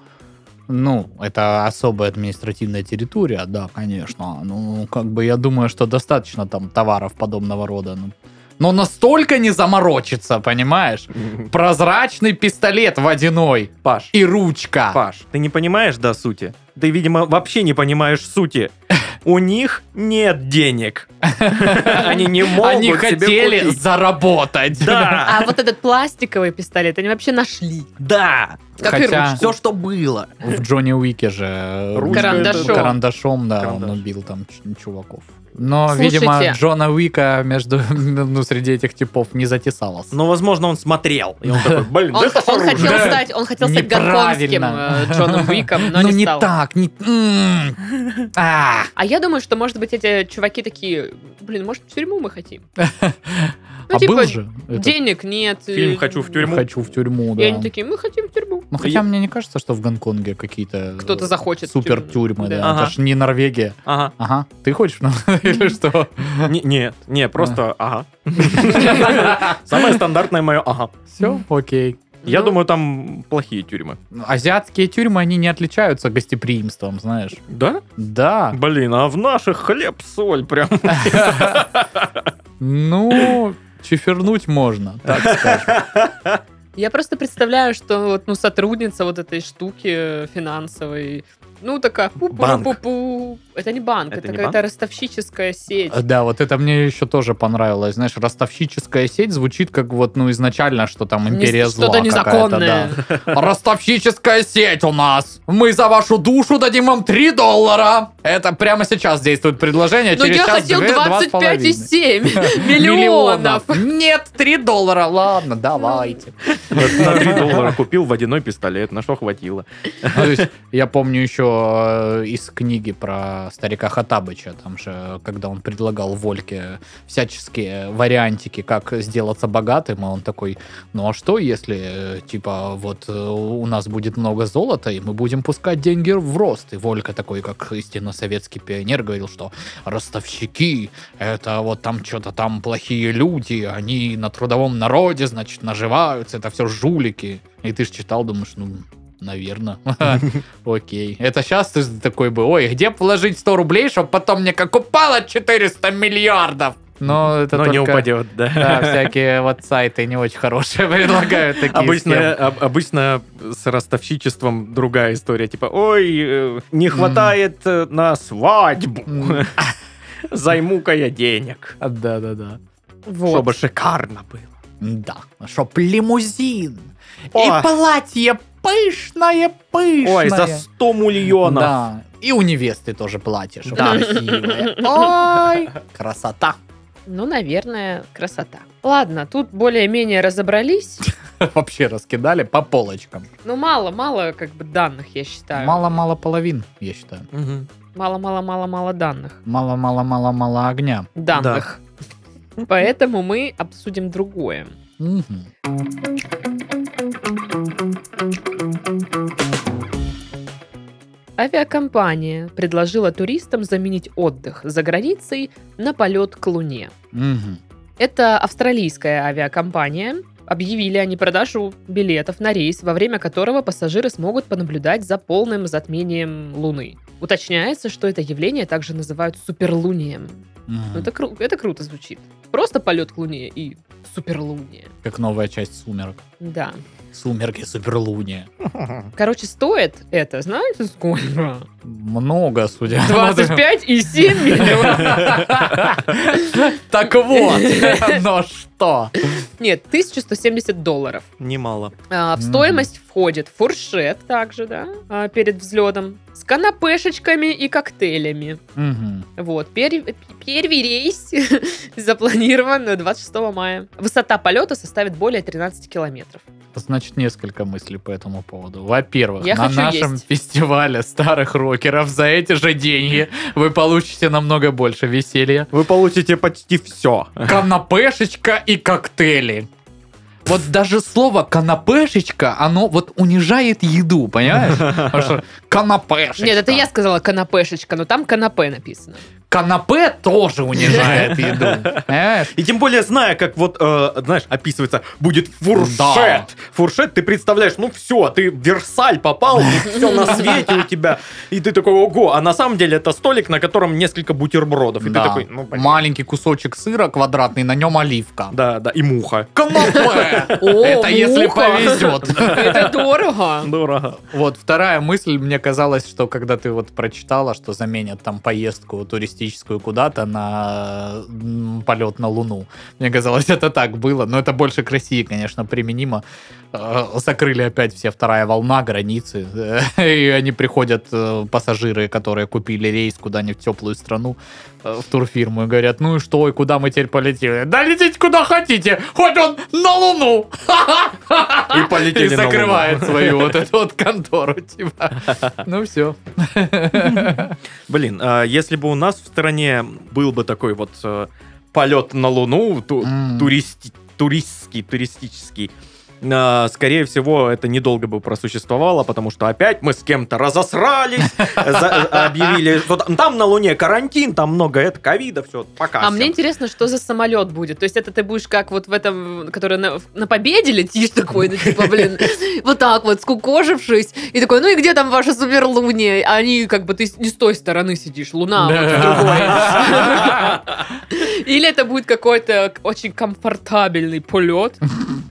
Ну, это особая административная территория, да, конечно. Ну, как бы я думаю, что достаточно там товаров подобного рода. Ну, Но настолько не заморочиться, понимаешь? Прозрачный пистолет водяной
Паш,
и ручка.
А.
Паш, ты не понимаешь до сути? Ты, видимо, вообще не понимаешь сути. У них нет денег. Они не могут
Они
себе
хотели
купить.
заработать.
Да,
А вот этот пластиковый пистолет они вообще нашли.
да,
Как
Хотя-
и ручку.
все, что было.
В Джонни Уике же э,
Ручка
Карандашом.
это- карандашом, да,
Карандаш.
он убил там ч- чуваков. Но,
Слушайте.
видимо, Джона Уика между ну, среди этих типов не затесалось.
Но, возможно, он смотрел. И он такой, блин,
Он,
это
он
оружие».
хотел
Да.
стать, он хотел стать гонконгским
Неправильно.
э, Джоном Уиком, но
ну,
не
не
стал.
так, не... м. А.
А я думаю, что, может быть, эти чуваки такие, блин, может, в тюрьму мы хотим? Ну,
А
типа,
был же этот
Денег нет. э,
Фильм «Хочу в тюрьму».
«Хочу в тюрьму»,
И
да.
они такие, мы хотим в тюрьму.
Ну, хотя мне не кажется, что в Гонконге какие-то...
Кто-то захочет в
Супер
тюрьму.
тюрьмы,
Да.
да. Это
Ага.
ж не Норвегия.
Ага.
Ага, ты хочешь? ну, Или что?
Не- Нет, не, просто ага. Самое стандартное мое ага.
Все, окей.
Я
Ну,
думаю, там плохие тюрьмы.
Азиатские тюрьмы, они не отличаются гостеприимством, знаешь.
Да?
Да.
Блин, а в наших хлеб, соль прям.
Ну, чифернуть можно, так скажем.
Я просто представляю, что вот, ну, сотрудница вот этой штуки финансовой, ну, такая пу-пу-пу-пу. Это не банк,
Это
это,
не
какая-то ростовщическая сеть.
Да, вот это мне еще тоже понравилось. Знаешь, ростовщическая сеть звучит как вот, ну, изначально, что там
Не-
империя зла
Что-то
какая-то,
незаконное.
да. Ростовщическая сеть у нас. Мы за вашу душу дадим вам 3 доллара. Это прямо сейчас действует предложение.
Но
Через
Ну, я
час
хотел
две- два с половиной.
25,7 миллионов.
Нет, 3 доллара. Ладно, давайте.
На 3 доллара купил водяной пистолет, на что хватило.
Ну, то есть, я помню еще э, из книги про старика Хатабыча, там же, э, когда он предлагал Вольке всяческие вариантики, как сделаться богатым, и он такой, ну а что, если, э, типа, вот э, у нас будет много золота, и мы будем пускать деньги в рост? И Волька такой, как истинно советский пионер, говорил, что ростовщики, это вот там что-то там плохие люди, они на трудовом народе, значит, наживаются, это все жулики. И ты ж читал, думаешь, ну, Наверное. Окей. Это сейчас ты такой бы, ой, где положить 100 рублей, чтобы потом мне как упало 400 миллиардов? Но это
Но не
только-
упадет,
Да,
да.
всякие вот сайты не очень хорошие предлагают такие
Обычно,
схемы.
об- обычно с ростовщичеством другая история. Типа, ой, э, не хватает э, на свадьбу.
М.
Займу-ка я денег.
Да-да-да.
Вот.
Чтобы шикарно было.
Да. Чтоб лимузин.
О.
И платье пышное-пышное.
Ой, за 100 миллионов.
Да. И у невесты тоже платье, чтоб
Да.
красивое. Ой, красота.
Ну, наверное, красота. Ладно, тут более-менее разобрались.
Вообще раскидали по полочкам.
Ну, мало-мало как бы данных, я считаю.
Мало-мало половин, я считаю.
Мгм.
Мало-мало-мало-мало данных.
Мало-мало-мало-мало огня.
Данных. Поэтому мы обсудим другое.
Мгм.
Авиакомпания предложила туристам заменить отдых за границей на полет к Луне.
Мгм.
Это австралийская авиакомпания. Объявили они продажу билетов на рейс, во время которого пассажиры смогут понаблюдать за полным затмением Луны. Уточняется, что это явление также называют суперлунием.
Мгм.
Ну, Это, кру- это круто звучит. Просто полет к Луне и суперлуние.
Как новая часть «Сумерок».
Да.
«Сумерки. Суперлуния».
Короче, стоит это, знаете сколько?
Много, судя по-
25,7 миллионов.
Так вот, но что?
Нет, 1170 долларов.
Немало.
А, В
Мгм.
стоимость входит фуршет также, да, а, перед взлетом, с канапешечками и коктейлями.
Мгм.
Вот, пер- первый рейс запланирован на 26 мая. Высота полета составит более 13 километров.
Значит, несколько мыслей по этому поводу. Во-первых,
Я
на
хочу
нашем
есть.
фестивале старых рокеров за эти же деньги вы получите намного больше веселья.
Вы получите почти все.
Канапешечка и коктейли. Вот даже слово канапешечка, оно вот унижает еду, понимаешь? Потому что канапешечка.
Нет, это я сказала канапешечка, но там канапе написано.
Канапе тоже унижает еду. Понимаешь?
И тем более, зная, как вот, э, знаешь, описывается, будет фуршет.
Да.
Фуршет, ты представляешь, ну все, ты в Версаль попал, все на свете у тебя. И ты такой, ого, а на самом деле это столик, на котором несколько бутербродов. И
Да.
ты такой, ну, блин.
Маленький кусочек сыра квадратный, на нем оливка.
Да, да, и муха.
Канапе!
О,
Это если
муха.
повезет.
Это дорого.
Дорого.
Вот вторая мысль, мне казалось, что когда ты вот прочитала, что заменят там поездку туристическую куда-то на м, полет на Луну, мне казалось, это так было, но это больше к России, конечно, применимо. Э, Закрыли опять все вторая волна, границы, и они приходят, э, пассажиры, которые купили рейс куда-нибудь в теплую страну, э, в турфирму, и говорят, ну и что, и куда мы теперь полетели? Да летите куда хотите, хоть он на Луну!
И полетели
И
на Луну.
закрывает свою вот эту вот контору, типа. Ну все.
Блин, а если бы у нас в стране был бы такой вот э, полет на Луну, ту-
М.
туристи- туристский, туристический, а, Скорее всего, это недолго бы просуществовало, потому что опять мы с кем-то разосрались, за- объявили, что там- там на Луне карантин, там много это ковида, все, пока.
А
всем.
мне интересно, что за самолет будет. То есть это ты будешь как вот в этом, который на, на победе летишь такой, ну типа, блин, вот так вот, скукожившись. И такой, ну и где там ваша суперлуния? А они как бы, ты с- не с той стороны сидишь, луна вот с другой. Или это будет какой-то очень комфортабельный полет,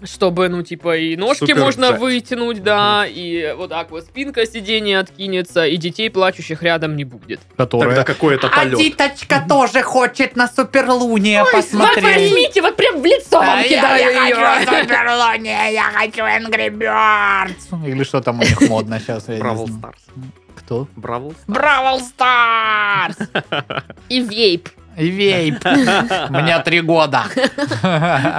чтобы, ну, типа, и ножки
Супер
можно
джет.
вытянуть, да, и вот так вот спинка сиденья откинется, и детей плачущих рядом не будет.
Тогда какой это
А
полет?
Диточка тоже хочет на Суперлуния
Вот возьмите, вот прям в лицо вам кидаю ее.
Суперлуния, я хочу Angry Birds. Или что там у них модно сейчас? я не
Бравл
знаю.
Старс.
Кто?
Бравл Старс.
Бравл Старс!
И вейп.
И Вейп. Мне три года.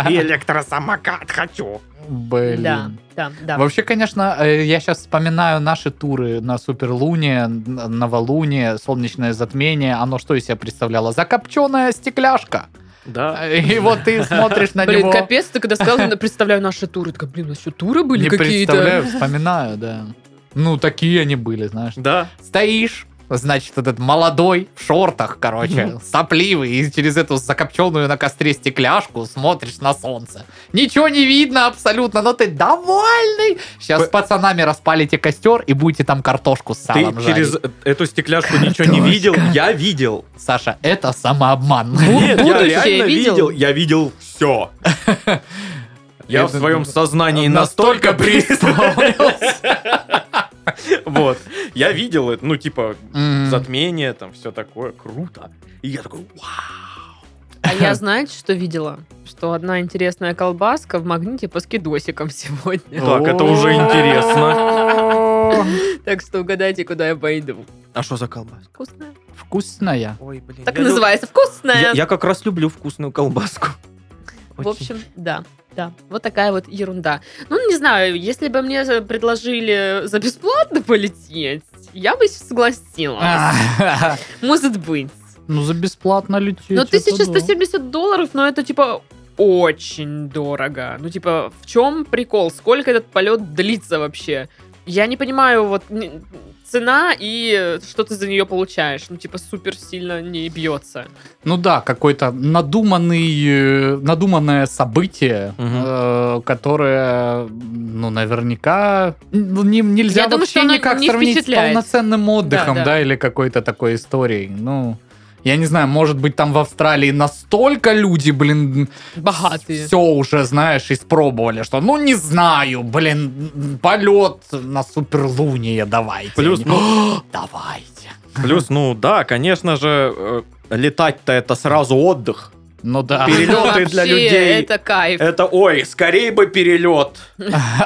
И электросамокат хочу.
Блин.
Да, да, да.
Вообще, конечно, э, я сейчас вспоминаю наши туры на Суперлуне, на- Новолуние, Солнечное затмение. Оно что из себя представляло? Закопченная стекляшка.
Да.
И вот ты смотришь на
Блин,
него.
капец, ты когда сказал, я представляю наши туры. Такая, блин, у нас что, туры были
Не
какие-то?
представляю, вспоминаю, да. Ну, такие они были, знаешь.
Да.
Стоишь, значит, этот молодой в шортах, короче, сопливый, и через эту закопченную на костре стекляшку смотришь на солнце. Ничего не видно абсолютно, но ты довольный. Сейчас
П-
с пацанами распалите костер и будете там картошку с
Ты
салом жарить.
через эту стекляшку ничего не
Картошка.
видел? Я видел.
Саша, это самообман.
Нет, я
будущее
реально
видел?
видел, я видел все. Я в
Это-
своем сознании а настолько пристал. Вот. Я видел это, ну, типа,
М.
затмение, там, все такое, круто. И я такой,
А я, знаете, что видела? Что одна интересная колбаска в магните по скидосикам сегодня.
вау. Так, это уже интересно.
Так что угадайте, куда я пойду.
А что за колбаска?
Вкусная?
Вкусная.
Ой, блин.
Так
я
называется.
лю- Я,
Вкусная.
я как раз люблю вкусную колбаску.
В общем, да. Да, вот такая вот ерунда. Ну, не знаю, если бы мне предложили за бесплатно полететь, я бы согласилась.
А,
Может быть.
Ну, за бесплатно лететь.
Но
это да.
1170 долларов, но это типа очень дорого. Ну, типа, в чем прикол? Сколько этот полет длится вообще? Я не понимаю, вот н- цена и э, что ты за нее получаешь. Ну, типа, супер сильно не бьется.
Ну да, какой-то надуманный, э, надуманное событие,
Мгм.
э, которое, ну, наверняка ну, не- нельзя
Я думаю, что
вообще
оно
никак
не
сравнить с
впечатляет.
полноценным отдыхом, да,
Да, да.
или какой-то такой историей. Ну, я не знаю, может быть, там в Австралии настолько люди, блин,
Богатые.
все уже, знаешь, испробовали, что, ну, не знаю, блин, полет на суперлуние давайте.
Плюс, ну,
Они, «О, давайте.
Плюс, ну да, конечно же, э, летать-то это сразу отдых.
Ну да.
Перелеты для
Вообще,
людей.
это кайф.
Это, ой, скорее бы перелет.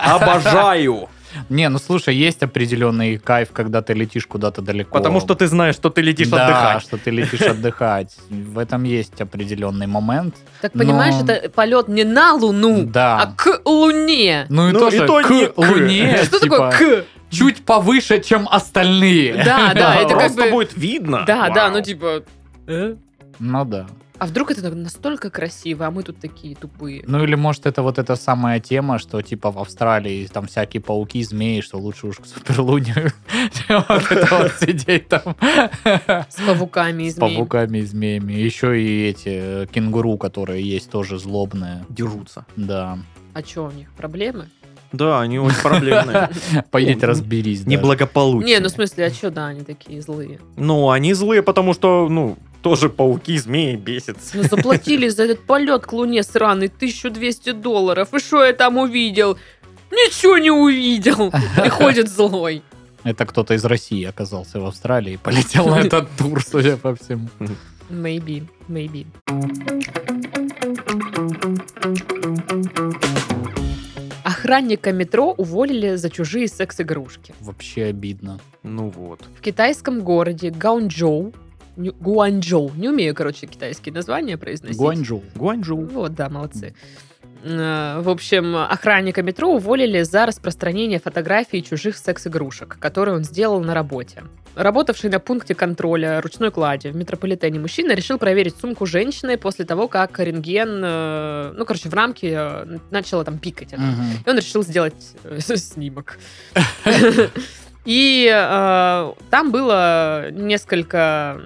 Обожаю.
Не, ну слушай, есть определенный кайф, когда ты летишь куда-то далеко.
Потому что ты знаешь, что ты летишь
да,
отдыхать.
что ты летишь отдыхать. В этом есть определенный момент.
Так понимаешь,
но-
это полет не на Луну,
Да.
а к Луне.
Ну и
Ну
то,
и
что
то
к
не к.
Луне,
Что
типа,
такое к?
чуть повыше, чем остальные.
Да, да, это как
Просто
бы...
будет видно.
Да, да,
Вау.
ну типа... э?
Ну да.
А вдруг это настолько красиво, а мы тут такие тупые.
Ну или может это вот эта самая тема, что типа в Австралии там всякие пауки, змеи, что лучше уж к суперлунию, чем вот это вот сидеть там.
С павуками и
С
змеями.
пауками и змеями. Еще и эти э, кенгуру, которые есть, тоже злобные.
Дерутся.
Да.
А что у них, проблемы?
Да, они очень проблемные.
Поедь
О,
разберись. да.
Неблагополучные.
Не, ну в смысле, а что, да, они такие злые?
Ну, они злые, потому что, ну, тоже пауки, змеи бесятся.
Ну заплатили за этот полет к Луне сраный 1200 долларов, и что я там увидел? Ничего не увидел! И ходит злой.
Это кто-то из России оказался в Австралии и полетел на этот тур, судя по всему.
Maybe, maybe. Охранника метро уволили за чужие секс-игрушки.
Вообще обидно.
Ну вот.
В китайском городе Гаунчжоу, Ню- Гуанчжоу, не умею, короче, китайские названия произносить.
Гуанчжоу.
Гуанчжоу.
Вот, да, молодцы. Э, В общем, охранника метро уволили за распространение фотографий чужих секс-игрушек, которые он сделал на работе. Работавший на пункте контроля ручной клади в метрополитене мужчина решил проверить сумку женщины после того, как рентген, э, ну, короче, в рамке э, начала там пикать. она.
Мгм.
И он решил сделать э, снимок. И э, там было несколько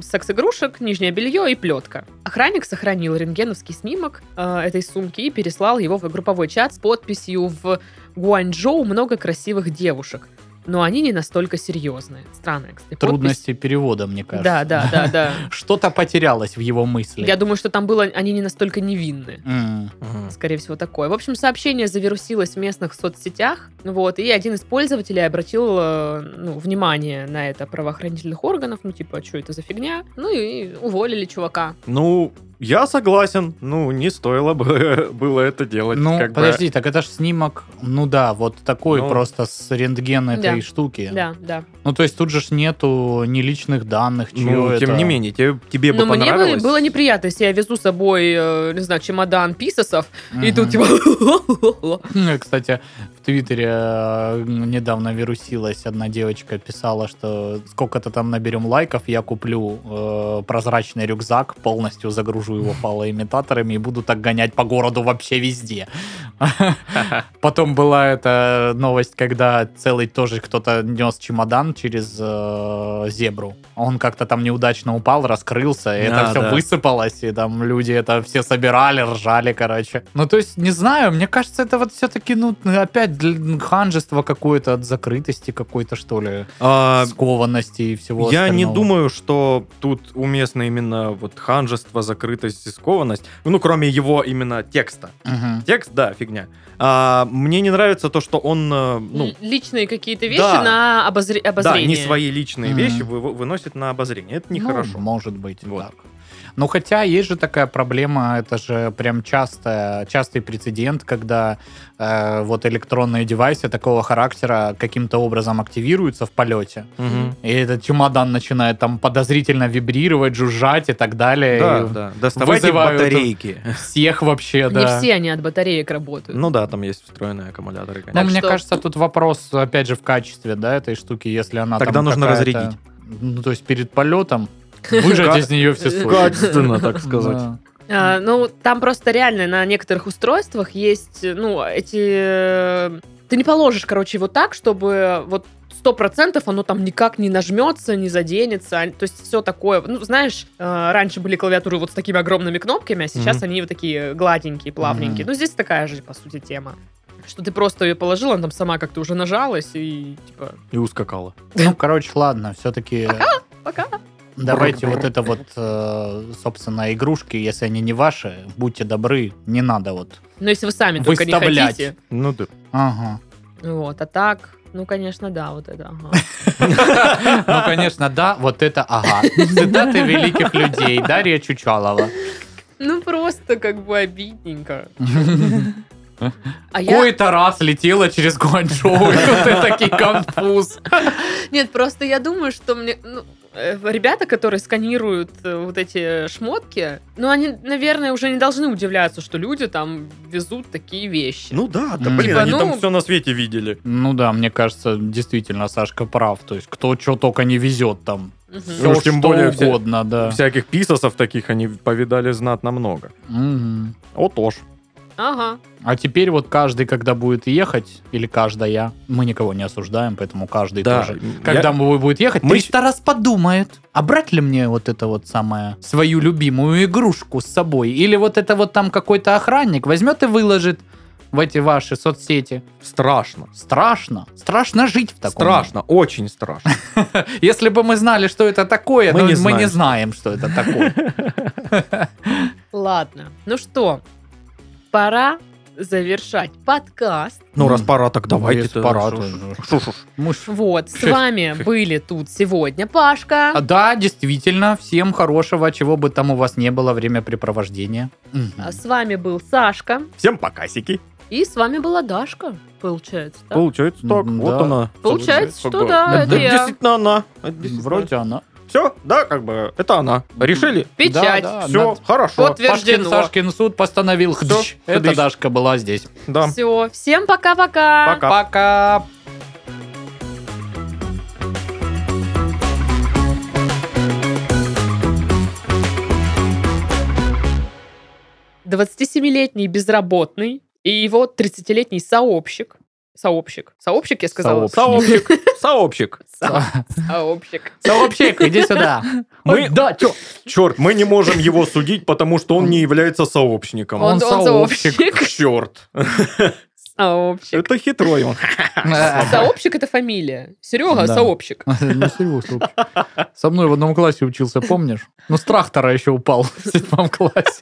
секс-игрушек, нижнее белье и плетка. Охранник сохранил рентгеновский снимок э, этой сумки и переслал его в групповой чат с подписью «В Гуанчжоу много красивых девушек». Но они не настолько серьезные. Странная, кстати, подпись.
Трудности перевода, мне
Да,
кажется.
да, да, да.
Что-то потерялось в его мысли.
Я думаю, что там было, они не настолько невинны.
М.
Скорее всего, такое. В общем, сообщение завирусилось в местных соцсетях, вот, и один из пользователей обратил э, ну, внимание на это правоохранительных органов, ну, типа, что это за фигня? Ну, и уволили чувака.
Ну, я согласен. Ну, не стоило бы было это делать.
Ну,
как бы.
подожди, так это ж снимок, ну да, вот такой
Ну.
просто с рентген этой
Да.
штуки.
Да, да.
Ну, то есть тут же ж нету ни личных данных, чье
Ну,
это.
тем не менее, тебе, тебе бы
Но Ну, мне бы
понравилось.
было неприятно, если я везу с собой, э, не знаю, чемодан писосов, и
Мгм.
тут типа...
Ну, Кстати, в Твиттере э, недавно вирусилась одна девочка, писала, что сколько-то там наберем лайков, я куплю э, прозрачный рюкзак, полностью загружу его фалоимитаторами и буду так гонять по городу вообще везде. Потом была эта новость, когда целый тоже кто-то нес чемодан через э, зебру. Он как-то там неудачно упал, раскрылся, и это
Да,
все
да.
высыпалось, и там люди это все собирали, ржали, короче. Ну, то есть, не знаю, мне кажется, это вот все-таки, ну, опять для- ханжество какое-то от закрытости какой-то, что ли,
А,
скованности и всего
я не
остального.
думаю, что тут уместно именно вот ханжество, закрытость и скованность. Ну, кроме его именно текста.
Мгм.
Текст, да, фигня. А, мне не нравится то, что он, э, ну,
Л- Личные какие-то вещи
да.
на обозре-
да,
обозрение.
не свои личные
Мгм.
вещи вы- выносит на обозрение. Это
Ну,
нехорошо.
может быть,
Вот.
так. Ну, хотя есть же такая проблема, это же прям часто, частый прецедент, когда э, вот электронные девайсы такого характера каким-то образом активируются в полете,
Мгм.
и этот чемодан начинает там подозрительно вибрировать, жужжать и так далее.
Да,
И
да. Доставайте
вызывают-
батарейки.
Всех вообще,
Не
да.
все они от батареек работают.
Ну да, там есть встроенные аккумуляторы,
Так
Но
конечно.
Ну, мне
что-
кажется, тут вопрос, опять же, в качестве, да, этой штуки, если она
Тогда
там
нужно
какая-то-
разрядить.
Ну, то есть перед полетом выжать из нее все соки.
Качественно, Э, так сказать.
Да.
А, ну, там просто реально на некоторых устройствах есть, ну, эти... э, Ты не положишь, короче, его так, чтобы вот сто процентов оно там никак не нажмется, не заденется, а, то есть все такое. Ну, знаешь, э, раньше были клавиатуры вот с такими огромными кнопками, а сейчас
Мгм.
они вот такие гладенькие, плавненькие.
Мгм.
Ну, здесь такая же, по сути, тема. Что ты просто ее положила, она там сама как-то уже нажалась, и типа,
И ускакала.
Ну, короче, ладно, все-таки
пока.
давайте вот это вот, э, собственно, игрушки, если они не ваши, будьте добры, не надо вот.
Но если вы сами только не
Выставлять.
хотите.
Ну да.
Ага.
Вот, а так, ну, конечно, да, вот это. ага.
Ну, конечно, да, вот это ага. Цитаты великих людей, Дарья Чучалова.
Ну, просто как бы обидненько. А я...
Кой-то раз летела через Гуанчжоу, и вот это такой конфуз.
Нет, просто я думаю, что мне... ну, э, Ребята, которые сканируют э, вот эти шмотки, ну, они, наверное, уже не должны удивляться, что люди там везут такие вещи.
Ну да, да,
М.
блин,
Типа,
они
ну-
там все на свете видели.
Ну да, мне кажется, действительно, Сашка прав. То есть, кто что только не везет там.
Мгм.
Все,
уж тем
что
более все-
угодно, да.
Всяких писосов таких они повидали знатно много.
Мгм.
Вот уж.
Ага.
А теперь вот каждый, когда будет ехать, или каждая, мы никого не осуждаем, поэтому каждый тоже. Когда
Я-
мы- будет ехать,
Мы
300 раз подумает, а брать ли мне вот это вот самое, свою любимую игрушку с собой, или вот это вот там какой-то охранник возьмет и выложит в эти ваши соцсети.
Страшно.
Страшно. Страшно жить в таком.
Страшно, очень страшно.
Если бы мы знали, что это такое,
Мы
но
не
мы не знаем,
знаем.
что это такое.
Ладно. Ну что, пора завершать подкаст.
Ну, раз
М.
пора, так давайте.
Если пора, то- Мы ж-
Вот, с
Шеф.
вами были тут сегодня Пашка.
А, Да, действительно, всем хорошего, чего бы там у вас не было, времяпрепровождения. Мгм.
а С вами был Сашка.
Всем покасики.
И с вами была Дашка, получается, да?
Получается так,
М,
вот
да.
она.
Получается,
Как
что
бы-
да,
Это
это я.
действительно она.
Вроде она.
Все, да, как бы, это она. Решили.
Печать.
Да,
Все,
над-
хорошо.
Вот.
Пашкин
Подтверждено.
Сашкин суд постановил.
Всё,
Хдыщ. Это
хдыщ.
Дашка была здесь.
Да.
Все, всем пока-пока.
Пока.
Пока.
Пока. 27-летний безработный и его 30-летний сообщик. Сообщик. Сообщик, я сказала.
Сообщик. Сообщик.
Со- Сообщик.
Сообщик, иди сюда.
Мы-
Да, чё?
Черт, мы не можем его судить, потому что он не является сообщником.
Он- он сообщик.
Черт.
Сообщик.
Это хитрой он.
Сообщик это фамилия. Серега,
Да.
сообщик.
Ну, серьезно. Со мной в одном классе учился, помнишь? Ну, с трактора еще упал в седьмом классе.